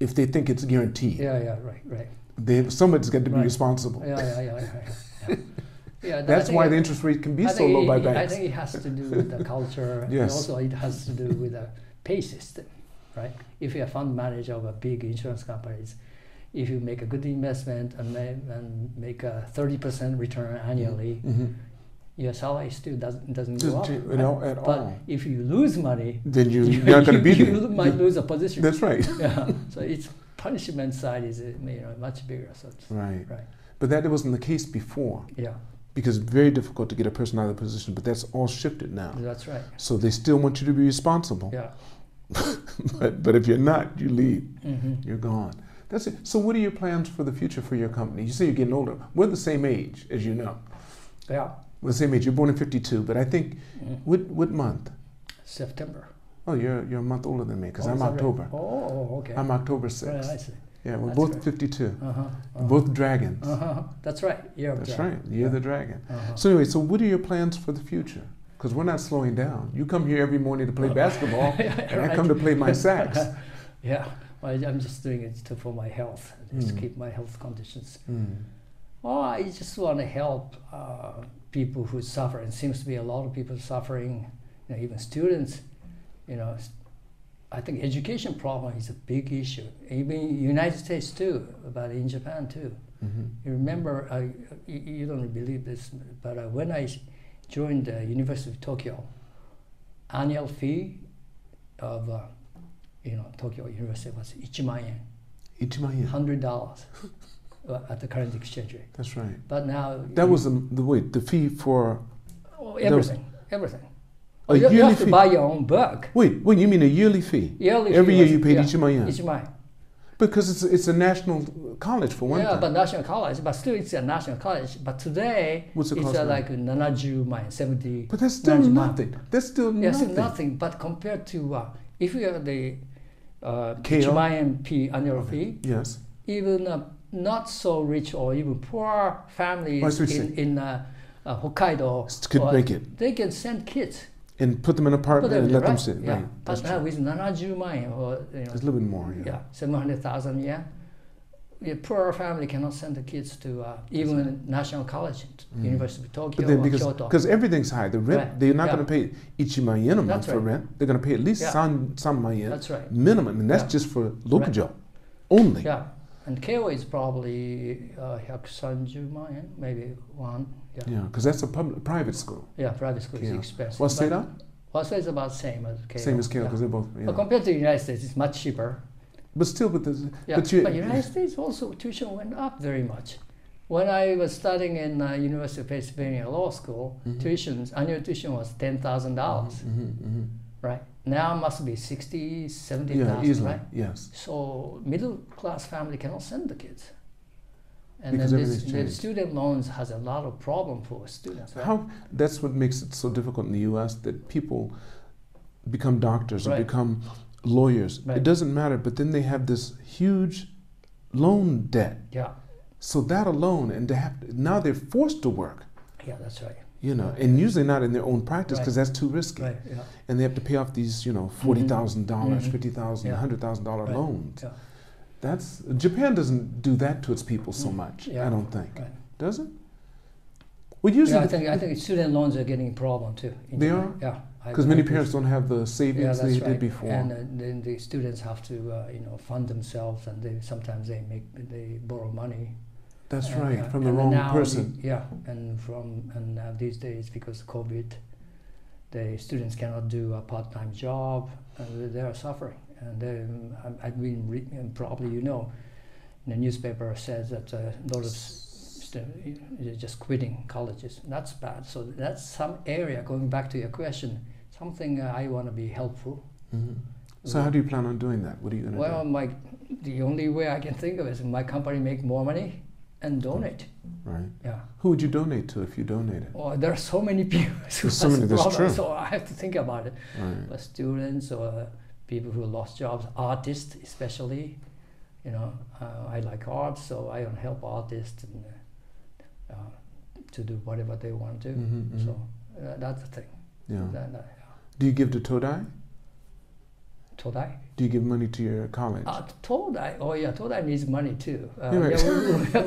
[SPEAKER 1] if they think it's guaranteed.
[SPEAKER 2] yeah, yeah, right, right.
[SPEAKER 1] They have, somebody's got to be
[SPEAKER 2] Right.
[SPEAKER 1] responsible.
[SPEAKER 2] Yeah, yeah, yeah, yeah. yeah. yeah th- I
[SPEAKER 1] That's
[SPEAKER 2] think
[SPEAKER 1] why
[SPEAKER 2] it-
[SPEAKER 1] the interest rate can be
[SPEAKER 2] I
[SPEAKER 1] so
[SPEAKER 2] think
[SPEAKER 1] low
[SPEAKER 2] it-
[SPEAKER 1] by
[SPEAKER 2] it- I
[SPEAKER 1] banks.
[SPEAKER 2] think it has to do with the culture, and
[SPEAKER 1] Yes.
[SPEAKER 2] also it has to do with the pay system, right? If you're a fund manager of a big insurance companies, if you make a good investment and, ma- and make a thirty percent return annually,
[SPEAKER 1] Mhm.
[SPEAKER 2] your salary still doesn't doesn't
[SPEAKER 1] Just
[SPEAKER 2] go up.
[SPEAKER 1] to- you
[SPEAKER 2] right?
[SPEAKER 1] know, at
[SPEAKER 2] but
[SPEAKER 1] all.
[SPEAKER 2] if you lose money,
[SPEAKER 1] Then you, you're not going to be
[SPEAKER 2] you
[SPEAKER 1] there.
[SPEAKER 2] might lose a position.
[SPEAKER 1] That's right.
[SPEAKER 2] yeah. So its punishment side is uh, you know much bigger. So it's,
[SPEAKER 1] Right.
[SPEAKER 2] Right.
[SPEAKER 1] But that wasn't the case before
[SPEAKER 2] yeah,
[SPEAKER 1] because it's very difficult to get a person out of the position, but that's all shifted now.
[SPEAKER 2] that's right.
[SPEAKER 1] So they still want you to be responsible.
[SPEAKER 2] Yeah.
[SPEAKER 1] But, but if you're not, you leave.
[SPEAKER 2] hmm
[SPEAKER 1] You're gone. That's it. So, what are your plans for the future for your company? You say you're getting older. We're the same age, as you know.
[SPEAKER 2] Yeah.
[SPEAKER 1] We're the same age. You're born in '52, but I think
[SPEAKER 2] Mm.
[SPEAKER 1] what what month?
[SPEAKER 2] September.
[SPEAKER 1] Oh, you're you're a month older than me because
[SPEAKER 2] Oh, is
[SPEAKER 1] I'm
[SPEAKER 2] that right?
[SPEAKER 1] October.
[SPEAKER 2] Oh, okay.
[SPEAKER 1] I'm October
[SPEAKER 2] right,
[SPEAKER 1] 6th.
[SPEAKER 2] I see.
[SPEAKER 1] Yeah, we're
[SPEAKER 2] That's
[SPEAKER 1] both
[SPEAKER 2] right.
[SPEAKER 1] 52.
[SPEAKER 2] Uh huh.
[SPEAKER 1] Both dragons.
[SPEAKER 2] Uh-huh. That's right. Year of
[SPEAKER 1] That's
[SPEAKER 2] Dragon.
[SPEAKER 1] right. You're
[SPEAKER 2] Yeah.
[SPEAKER 1] the dragon.
[SPEAKER 2] Uh-huh.
[SPEAKER 1] So anyway, so what are your plans for the future? Because we're not slowing down. You come here every morning to play basketball, and I
[SPEAKER 2] Uh-huh. Right.
[SPEAKER 1] come to play my sax.
[SPEAKER 2] yeah. Well, I'm just doing it to, for my health. Just
[SPEAKER 1] Mm.
[SPEAKER 2] keep my health conditions.
[SPEAKER 1] Mm.
[SPEAKER 2] Oh, I just want to help uh, people who suffer. It seems to be a lot of people suffering, you know, even students. You know, s- I think education problem is a big issue. Even in United States too, but in Japan too.
[SPEAKER 1] Mhm.
[SPEAKER 2] You remember, I, you you don't believe this, but uh, when I joined the University of Tokyo, annual fee of, uh, you know, Tokyo University was 1万 yen,
[SPEAKER 1] Ichimayan.
[SPEAKER 2] $100 uh, at the current exchange rate.
[SPEAKER 1] That's right.
[SPEAKER 2] But now...
[SPEAKER 1] That was the, the wait the fee for
[SPEAKER 2] Oh,
[SPEAKER 1] that was-
[SPEAKER 2] everything, everything.
[SPEAKER 1] a
[SPEAKER 2] Oh, you, you
[SPEAKER 1] yearly
[SPEAKER 2] have to
[SPEAKER 1] fee.
[SPEAKER 2] buy your own book.
[SPEAKER 1] Wait, wait, you mean a yearly fee?
[SPEAKER 2] Yearly
[SPEAKER 1] Every
[SPEAKER 2] fee
[SPEAKER 1] year
[SPEAKER 2] was-
[SPEAKER 1] you paid
[SPEAKER 2] yeah,
[SPEAKER 1] each Ichimayan.
[SPEAKER 2] Each month.
[SPEAKER 1] Because it's, it's a national college for one
[SPEAKER 2] yeah,
[SPEAKER 1] thing.
[SPEAKER 2] but national college, but still it's a national college. But today,
[SPEAKER 1] What's the
[SPEAKER 2] it's
[SPEAKER 1] cost
[SPEAKER 2] uh,
[SPEAKER 1] now?
[SPEAKER 2] like 70 yen, 70
[SPEAKER 1] But that's still
[SPEAKER 2] Najma.
[SPEAKER 1] nothing. That's still
[SPEAKER 2] Yes,
[SPEAKER 1] nothing.
[SPEAKER 2] nothing. But compared to uh, if you are the uh,
[SPEAKER 1] KO?
[SPEAKER 2] HMIMP annual fee,
[SPEAKER 1] Yes.
[SPEAKER 2] even uh, not so rich or even poor
[SPEAKER 1] I
[SPEAKER 2] families
[SPEAKER 1] see what you're
[SPEAKER 2] in, in uh, uh, Hokkaido
[SPEAKER 1] S- could
[SPEAKER 2] or-
[SPEAKER 1] make it.
[SPEAKER 2] They can send kids.
[SPEAKER 1] And put them in an
[SPEAKER 2] put
[SPEAKER 1] apartment
[SPEAKER 2] them
[SPEAKER 1] and
[SPEAKER 2] there,
[SPEAKER 1] let them sit.
[SPEAKER 2] right? Yeah.
[SPEAKER 1] Right. That's
[SPEAKER 2] But now
[SPEAKER 1] true.
[SPEAKER 2] with 70 yen or you know,
[SPEAKER 1] It's a little bit more. Yeah.
[SPEAKER 2] yeah, 700,000 yen, the poor family cannot send the kids to uh, even national college,
[SPEAKER 1] Mm.
[SPEAKER 2] University of Tokyo
[SPEAKER 1] But then
[SPEAKER 2] or
[SPEAKER 1] because
[SPEAKER 2] Kyoto.
[SPEAKER 1] cause everything's high. The rent,
[SPEAKER 2] Right.
[SPEAKER 1] they're not
[SPEAKER 2] Yeah.
[SPEAKER 1] going to pay ichiman yen a month
[SPEAKER 2] That's
[SPEAKER 1] for
[SPEAKER 2] right.
[SPEAKER 1] rent. They're going to pay at least
[SPEAKER 2] Yeah.
[SPEAKER 1] some, some yen
[SPEAKER 2] That's right.
[SPEAKER 1] minimum. And that's
[SPEAKER 2] Yeah.
[SPEAKER 1] just for Lokujo only.
[SPEAKER 2] Yeah, and KO is probably uh, 130万円 maybe one. Yeah, yeah,
[SPEAKER 1] Yeah, because that's a public, private school.
[SPEAKER 2] private school is
[SPEAKER 1] Yeah.
[SPEAKER 2] expensive.
[SPEAKER 1] What's
[SPEAKER 2] but
[SPEAKER 1] that?
[SPEAKER 2] Waseda is about same as KO.
[SPEAKER 1] Same as Kale,
[SPEAKER 2] yeah.
[SPEAKER 1] because they're both. Yeah.
[SPEAKER 2] But compared to the United States, it's much cheaper.
[SPEAKER 1] But still, with the.
[SPEAKER 2] Yeah,
[SPEAKER 1] But you-
[SPEAKER 2] United States also tuition went up very much. When I was studying in uh, University of Pennsylvania Law School,
[SPEAKER 1] Mhm.
[SPEAKER 2] tuitions annual tuition was ten thousand dollars,
[SPEAKER 1] Mhm, mhm.
[SPEAKER 2] right? Now must be sixty, seventy
[SPEAKER 1] Yeah,
[SPEAKER 2] thousand,
[SPEAKER 1] easily.
[SPEAKER 2] right?
[SPEAKER 1] Yes.
[SPEAKER 2] So middle class family cannot send the kids. And
[SPEAKER 1] Because
[SPEAKER 2] then this,
[SPEAKER 1] everything's
[SPEAKER 2] the
[SPEAKER 1] changed.
[SPEAKER 2] student loans has a lot of problem for students. Right?
[SPEAKER 1] How that's what makes it so difficult in the U.S. that people become doctors or
[SPEAKER 2] Right.
[SPEAKER 1] become lawyers. It
[SPEAKER 2] Right.
[SPEAKER 1] doesn't matter, but then they have this huge loan debt.
[SPEAKER 2] Yeah,
[SPEAKER 1] So that alone, and to have now they're forced to work.
[SPEAKER 2] yeah, that's right.
[SPEAKER 1] You know, and usually not in their own practice because that's too risky,
[SPEAKER 2] Right, yeah,
[SPEAKER 1] and they have to pay off these you know forty dollars,
[SPEAKER 2] Mhm.
[SPEAKER 1] fifty thousand,
[SPEAKER 2] Yeah.
[SPEAKER 1] hundred thousand dollar
[SPEAKER 2] Right.
[SPEAKER 1] loans.
[SPEAKER 2] yeah.
[SPEAKER 1] That's Japan doesn't do that to its people so much.
[SPEAKER 2] Mm-hmm. Yeah.
[SPEAKER 1] I don't think.
[SPEAKER 2] Right.
[SPEAKER 1] Does it? Well, usually
[SPEAKER 2] yeah, I think I think student loans are getting a problem too. in
[SPEAKER 1] They
[SPEAKER 2] Japan. Yeah. I
[SPEAKER 1] because many
[SPEAKER 2] believe
[SPEAKER 1] parents
[SPEAKER 2] this-
[SPEAKER 1] don't have the savings
[SPEAKER 2] that's
[SPEAKER 1] they
[SPEAKER 2] right.
[SPEAKER 1] did before.
[SPEAKER 2] And uh, then the students have to uh, you know fund themselves, and they sometimes they make they borrow money.
[SPEAKER 1] That's
[SPEAKER 2] And,
[SPEAKER 1] right
[SPEAKER 2] uh,
[SPEAKER 1] from the
[SPEAKER 2] and
[SPEAKER 1] wrong
[SPEAKER 2] now the-
[SPEAKER 1] person.
[SPEAKER 2] yeah, and from and now these days because of COVID, the students cannot do a part-time job, and they are suffering. And they, um, I, I've been re- and probably you know, the newspaper says that uh, a lot of stu- they're just quitting colleges. That's bad. So that's some area. Going back to your question, something uh, I want to be helpful.
[SPEAKER 1] Mhm. So how do you plan on doing that? What are you going to
[SPEAKER 2] Well, um,
[SPEAKER 1] do?
[SPEAKER 2] my the only way I can think of is my company make more money and donate.
[SPEAKER 1] Mm. Right.
[SPEAKER 2] Yeah.
[SPEAKER 1] Who would you donate to if you donated?
[SPEAKER 2] Or Oh, there are so many people. who
[SPEAKER 1] There's so
[SPEAKER 2] has
[SPEAKER 1] many, that's
[SPEAKER 2] problems,
[SPEAKER 1] true.
[SPEAKER 2] So I have to think about it.
[SPEAKER 1] Right.
[SPEAKER 2] But students or people who lost jobs, artists especially. You know, uh, I like art, so I can help artists and, uh, uh, to do whatever they want to do.
[SPEAKER 1] Mhm, mhm.
[SPEAKER 2] So uh, that's the thing.
[SPEAKER 1] mm-hmm. yeah.
[SPEAKER 2] That- that-
[SPEAKER 1] Do you give to Todai?
[SPEAKER 2] Todai?
[SPEAKER 1] Do you give money to your college?
[SPEAKER 2] Uh, Todai, oh yeah, Todai needs money too. Uh,
[SPEAKER 1] Yeah, right.
[SPEAKER 2] yeah,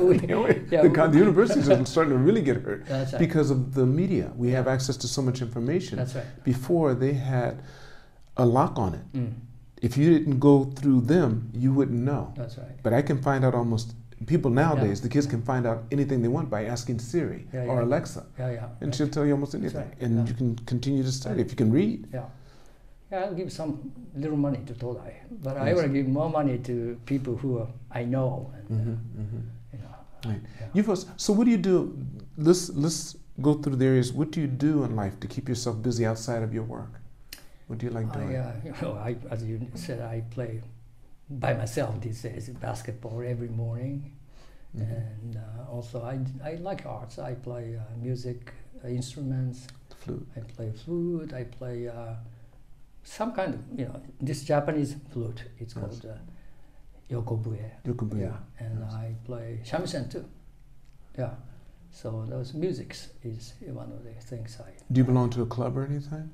[SPEAKER 2] we- we-
[SPEAKER 1] You know,
[SPEAKER 2] yeah,
[SPEAKER 1] the,
[SPEAKER 2] we-
[SPEAKER 1] co- the universities are starting to really get hurt
[SPEAKER 2] That's right.
[SPEAKER 1] because of the media. We have access to so much information.
[SPEAKER 2] That's right.
[SPEAKER 1] Before they had a lock on it.
[SPEAKER 2] Mm,
[SPEAKER 1] If you didn't go through them, you wouldn't know.
[SPEAKER 2] that's right.
[SPEAKER 1] But I can find out almost people nowadays. The kids can find out anything they want by asking Siri
[SPEAKER 2] Yeah,
[SPEAKER 1] or
[SPEAKER 2] yeah.
[SPEAKER 1] Alexa,
[SPEAKER 2] Yeah, yeah.
[SPEAKER 1] and
[SPEAKER 2] that's-
[SPEAKER 1] she'll tell you almost
[SPEAKER 2] That's
[SPEAKER 1] anything.
[SPEAKER 2] right.
[SPEAKER 1] And
[SPEAKER 2] Yeah.
[SPEAKER 1] you can continue to study if you can read.
[SPEAKER 2] Yeah. Yeah, I'll give some little money to Todai, but I
[SPEAKER 1] Yes.
[SPEAKER 2] will give more money to people who uh, I know. And,
[SPEAKER 1] Mm-hmm,
[SPEAKER 2] uh,
[SPEAKER 1] mm-hmm.
[SPEAKER 2] you know,
[SPEAKER 1] Right.
[SPEAKER 2] yeah.
[SPEAKER 1] You first. So what do you do? Let's let's go through the areas. What do you do in life to keep yourself busy outside of your work? What do you like doing?
[SPEAKER 2] I, uh, you know, I, as you said, I play by myself these days basketball every morning,
[SPEAKER 1] Mhm.
[SPEAKER 2] and uh, also I, I like arts. I play uh, music uh, instruments.
[SPEAKER 1] Flute.
[SPEAKER 2] I play flute. I play uh, some kind of you know this Japanese flute. It's
[SPEAKER 1] Yes.
[SPEAKER 2] called uh, yokobue.
[SPEAKER 1] Yokobuya.
[SPEAKER 2] Yeah, and
[SPEAKER 1] Yes.
[SPEAKER 2] I play shamisen too. Yeah, so those musics is one of the things I.
[SPEAKER 1] Do you belong to a club or anything?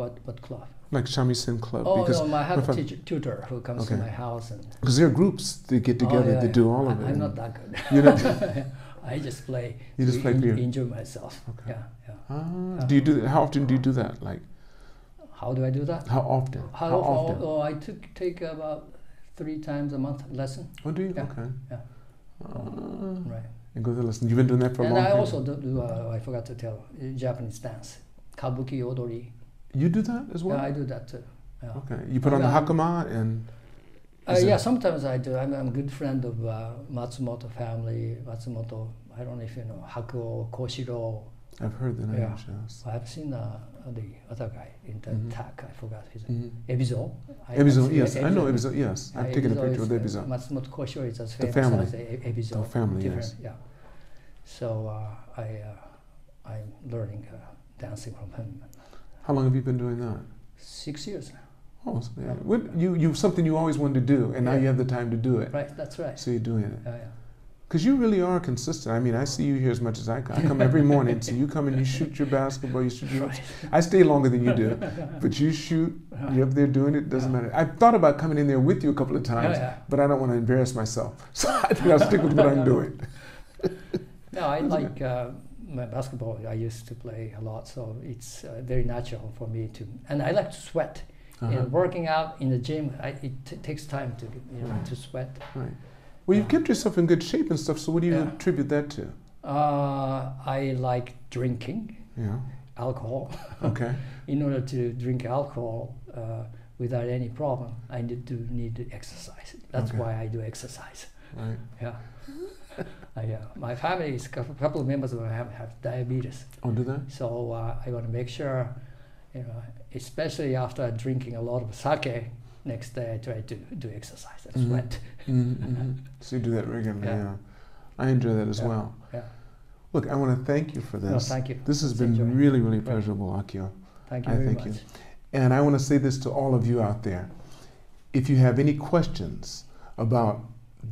[SPEAKER 2] What what club?
[SPEAKER 1] Like shamisen club?
[SPEAKER 2] oh
[SPEAKER 1] Uh, because
[SPEAKER 2] no, I have a
[SPEAKER 1] prefer-
[SPEAKER 2] teacher, tutor who comes to
[SPEAKER 1] Okay.
[SPEAKER 2] my house and.
[SPEAKER 1] because there are groups that get
[SPEAKER 2] Oh,
[SPEAKER 1] together
[SPEAKER 2] yeah,
[SPEAKER 1] that
[SPEAKER 2] yeah.
[SPEAKER 1] do all of
[SPEAKER 2] I-
[SPEAKER 1] it.
[SPEAKER 2] I'm
[SPEAKER 1] and
[SPEAKER 2] not that good.
[SPEAKER 1] You're not,
[SPEAKER 2] I just play.
[SPEAKER 1] you just
[SPEAKER 2] to
[SPEAKER 1] play
[SPEAKER 2] en-
[SPEAKER 1] clear.
[SPEAKER 2] Enjoy myself.
[SPEAKER 1] Okay.
[SPEAKER 2] Yeah, yeah. Uh-huh.
[SPEAKER 1] Ah, do you do? How often do you do that? Like
[SPEAKER 2] How do I do that?
[SPEAKER 1] how often?
[SPEAKER 2] How, often? Oh, I took take about three times a month lesson.
[SPEAKER 1] Oh, do you?
[SPEAKER 2] Yeah,
[SPEAKER 1] Okay.
[SPEAKER 2] yeah.
[SPEAKER 1] Ah,
[SPEAKER 2] Right.
[SPEAKER 1] and go to listen. You've been doing that for a
[SPEAKER 2] and
[SPEAKER 1] long
[SPEAKER 2] I
[SPEAKER 1] time.
[SPEAKER 2] also do, do uh, I forgot to tell uh, Japanese dance, kabuki odori.
[SPEAKER 1] you do that as well.
[SPEAKER 2] Yeah, I do that too. Yeah.
[SPEAKER 1] okay. You put on the
[SPEAKER 2] Yeah.
[SPEAKER 1] hakama and
[SPEAKER 2] Uh,
[SPEAKER 1] Is
[SPEAKER 2] yeah,
[SPEAKER 1] it-
[SPEAKER 2] sometimes I do. I'm, I'm a good friend of uh, Matsumoto family. Matsumoto, I don't know if you know Hakuo, Koshiro.
[SPEAKER 1] I've heard the name.
[SPEAKER 2] Yeah.
[SPEAKER 1] yes.
[SPEAKER 2] I've seen uh, the other guy in the
[SPEAKER 1] Mhm.
[SPEAKER 2] tag. I forgot his name.
[SPEAKER 1] Mhm.
[SPEAKER 2] Ebizo. I- I've
[SPEAKER 1] Ebizo,
[SPEAKER 2] seen
[SPEAKER 1] yes, I know Ebizo,
[SPEAKER 2] E
[SPEAKER 1] yes. I've
[SPEAKER 2] Yeah,
[SPEAKER 1] taken a
[SPEAKER 2] Ebizo
[SPEAKER 1] picture
[SPEAKER 2] is,
[SPEAKER 1] with
[SPEAKER 2] Uh,
[SPEAKER 1] Ebizo.
[SPEAKER 2] Matsumoto Koshiro is as
[SPEAKER 1] The
[SPEAKER 2] famous
[SPEAKER 1] family.
[SPEAKER 2] as E- Ebizo.
[SPEAKER 1] The family,
[SPEAKER 2] Different,
[SPEAKER 1] yes.
[SPEAKER 2] Yeah. So uh, I, uh, I'm learning uh, dancing from him.
[SPEAKER 1] How long have you been doing that?
[SPEAKER 2] Six years now.
[SPEAKER 1] Oh, so, yeah.
[SPEAKER 2] Yeah.
[SPEAKER 1] What, you, you, something you always wanted to do, and now
[SPEAKER 2] Yeah.
[SPEAKER 1] you have the time to do it.
[SPEAKER 2] Right, that's right.
[SPEAKER 1] So you're doing it.
[SPEAKER 2] Yeah, yeah.
[SPEAKER 1] Because you really are consistent. I mean, I see you here as much as I come. I come every morning, so you come and you shoot your basketball, you shoot your.
[SPEAKER 2] Right.
[SPEAKER 1] I stay longer than you do, but you shoot, you're up there doing it, doesn't matter. I thought about coming in there with you a couple of
[SPEAKER 2] Yeah,
[SPEAKER 1] times,
[SPEAKER 2] Oh, yeah.
[SPEAKER 1] but I don't want to embarrass myself. So I think I'll stick with what I'm doing.
[SPEAKER 2] No, I like uh, my basketball. I used to play a lot, so it's uh, very natural for me to. And I like to sweat.
[SPEAKER 1] Uh-huh.
[SPEAKER 2] And working out in the gym, I, it t- takes time to you know
[SPEAKER 1] Right.
[SPEAKER 2] to sweat.
[SPEAKER 1] Right. Well, you've
[SPEAKER 2] Yeah.
[SPEAKER 1] kept yourself in good shape and stuff, so what do you
[SPEAKER 2] Yeah.
[SPEAKER 1] attribute that to?
[SPEAKER 2] Uh, I like drinking
[SPEAKER 1] Yeah.
[SPEAKER 2] alcohol.
[SPEAKER 1] Okay.
[SPEAKER 2] in order to drink alcohol uh, without any problem, I need to need to exercise. That's
[SPEAKER 1] Okay.
[SPEAKER 2] why I do exercise.
[SPEAKER 1] Right.
[SPEAKER 2] Yeah. I, uh, my family is a couple, couple of members of my family have diabetes.
[SPEAKER 1] Oh, do that?
[SPEAKER 2] So uh, I want to make sure, you know, especially after drinking a lot of sake, next day I try to do exercise and
[SPEAKER 1] Mhm.
[SPEAKER 2] sweat.
[SPEAKER 1] Mm-hmm. So you do that regularly, yeah.
[SPEAKER 2] Yeah.
[SPEAKER 1] I enjoy that as
[SPEAKER 2] Yeah.
[SPEAKER 1] well.
[SPEAKER 2] Yeah.
[SPEAKER 1] Look, I want to thank you for this.
[SPEAKER 2] No, thank you.
[SPEAKER 1] This has
[SPEAKER 2] It's
[SPEAKER 1] been
[SPEAKER 2] enjoyable.
[SPEAKER 1] really, really
[SPEAKER 2] Right.
[SPEAKER 1] pleasurable, Akio.
[SPEAKER 2] Thank you
[SPEAKER 1] I
[SPEAKER 2] very
[SPEAKER 1] thank
[SPEAKER 2] much.
[SPEAKER 1] you. And I want to say this to all of you out there. If you have any questions about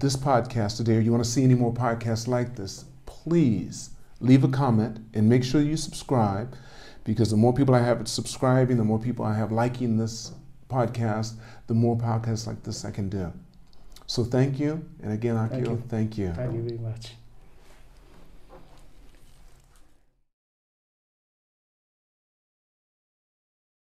[SPEAKER 1] this podcast today, or you want to see any more podcasts like this, please leave a comment and make sure you subscribe because the more people I have subscribing, the more people I have liking this podcast, the more podcasts like this I can do. So thank you. And again, Akio,
[SPEAKER 2] Thank you.
[SPEAKER 1] thank you.
[SPEAKER 2] Thank you very much.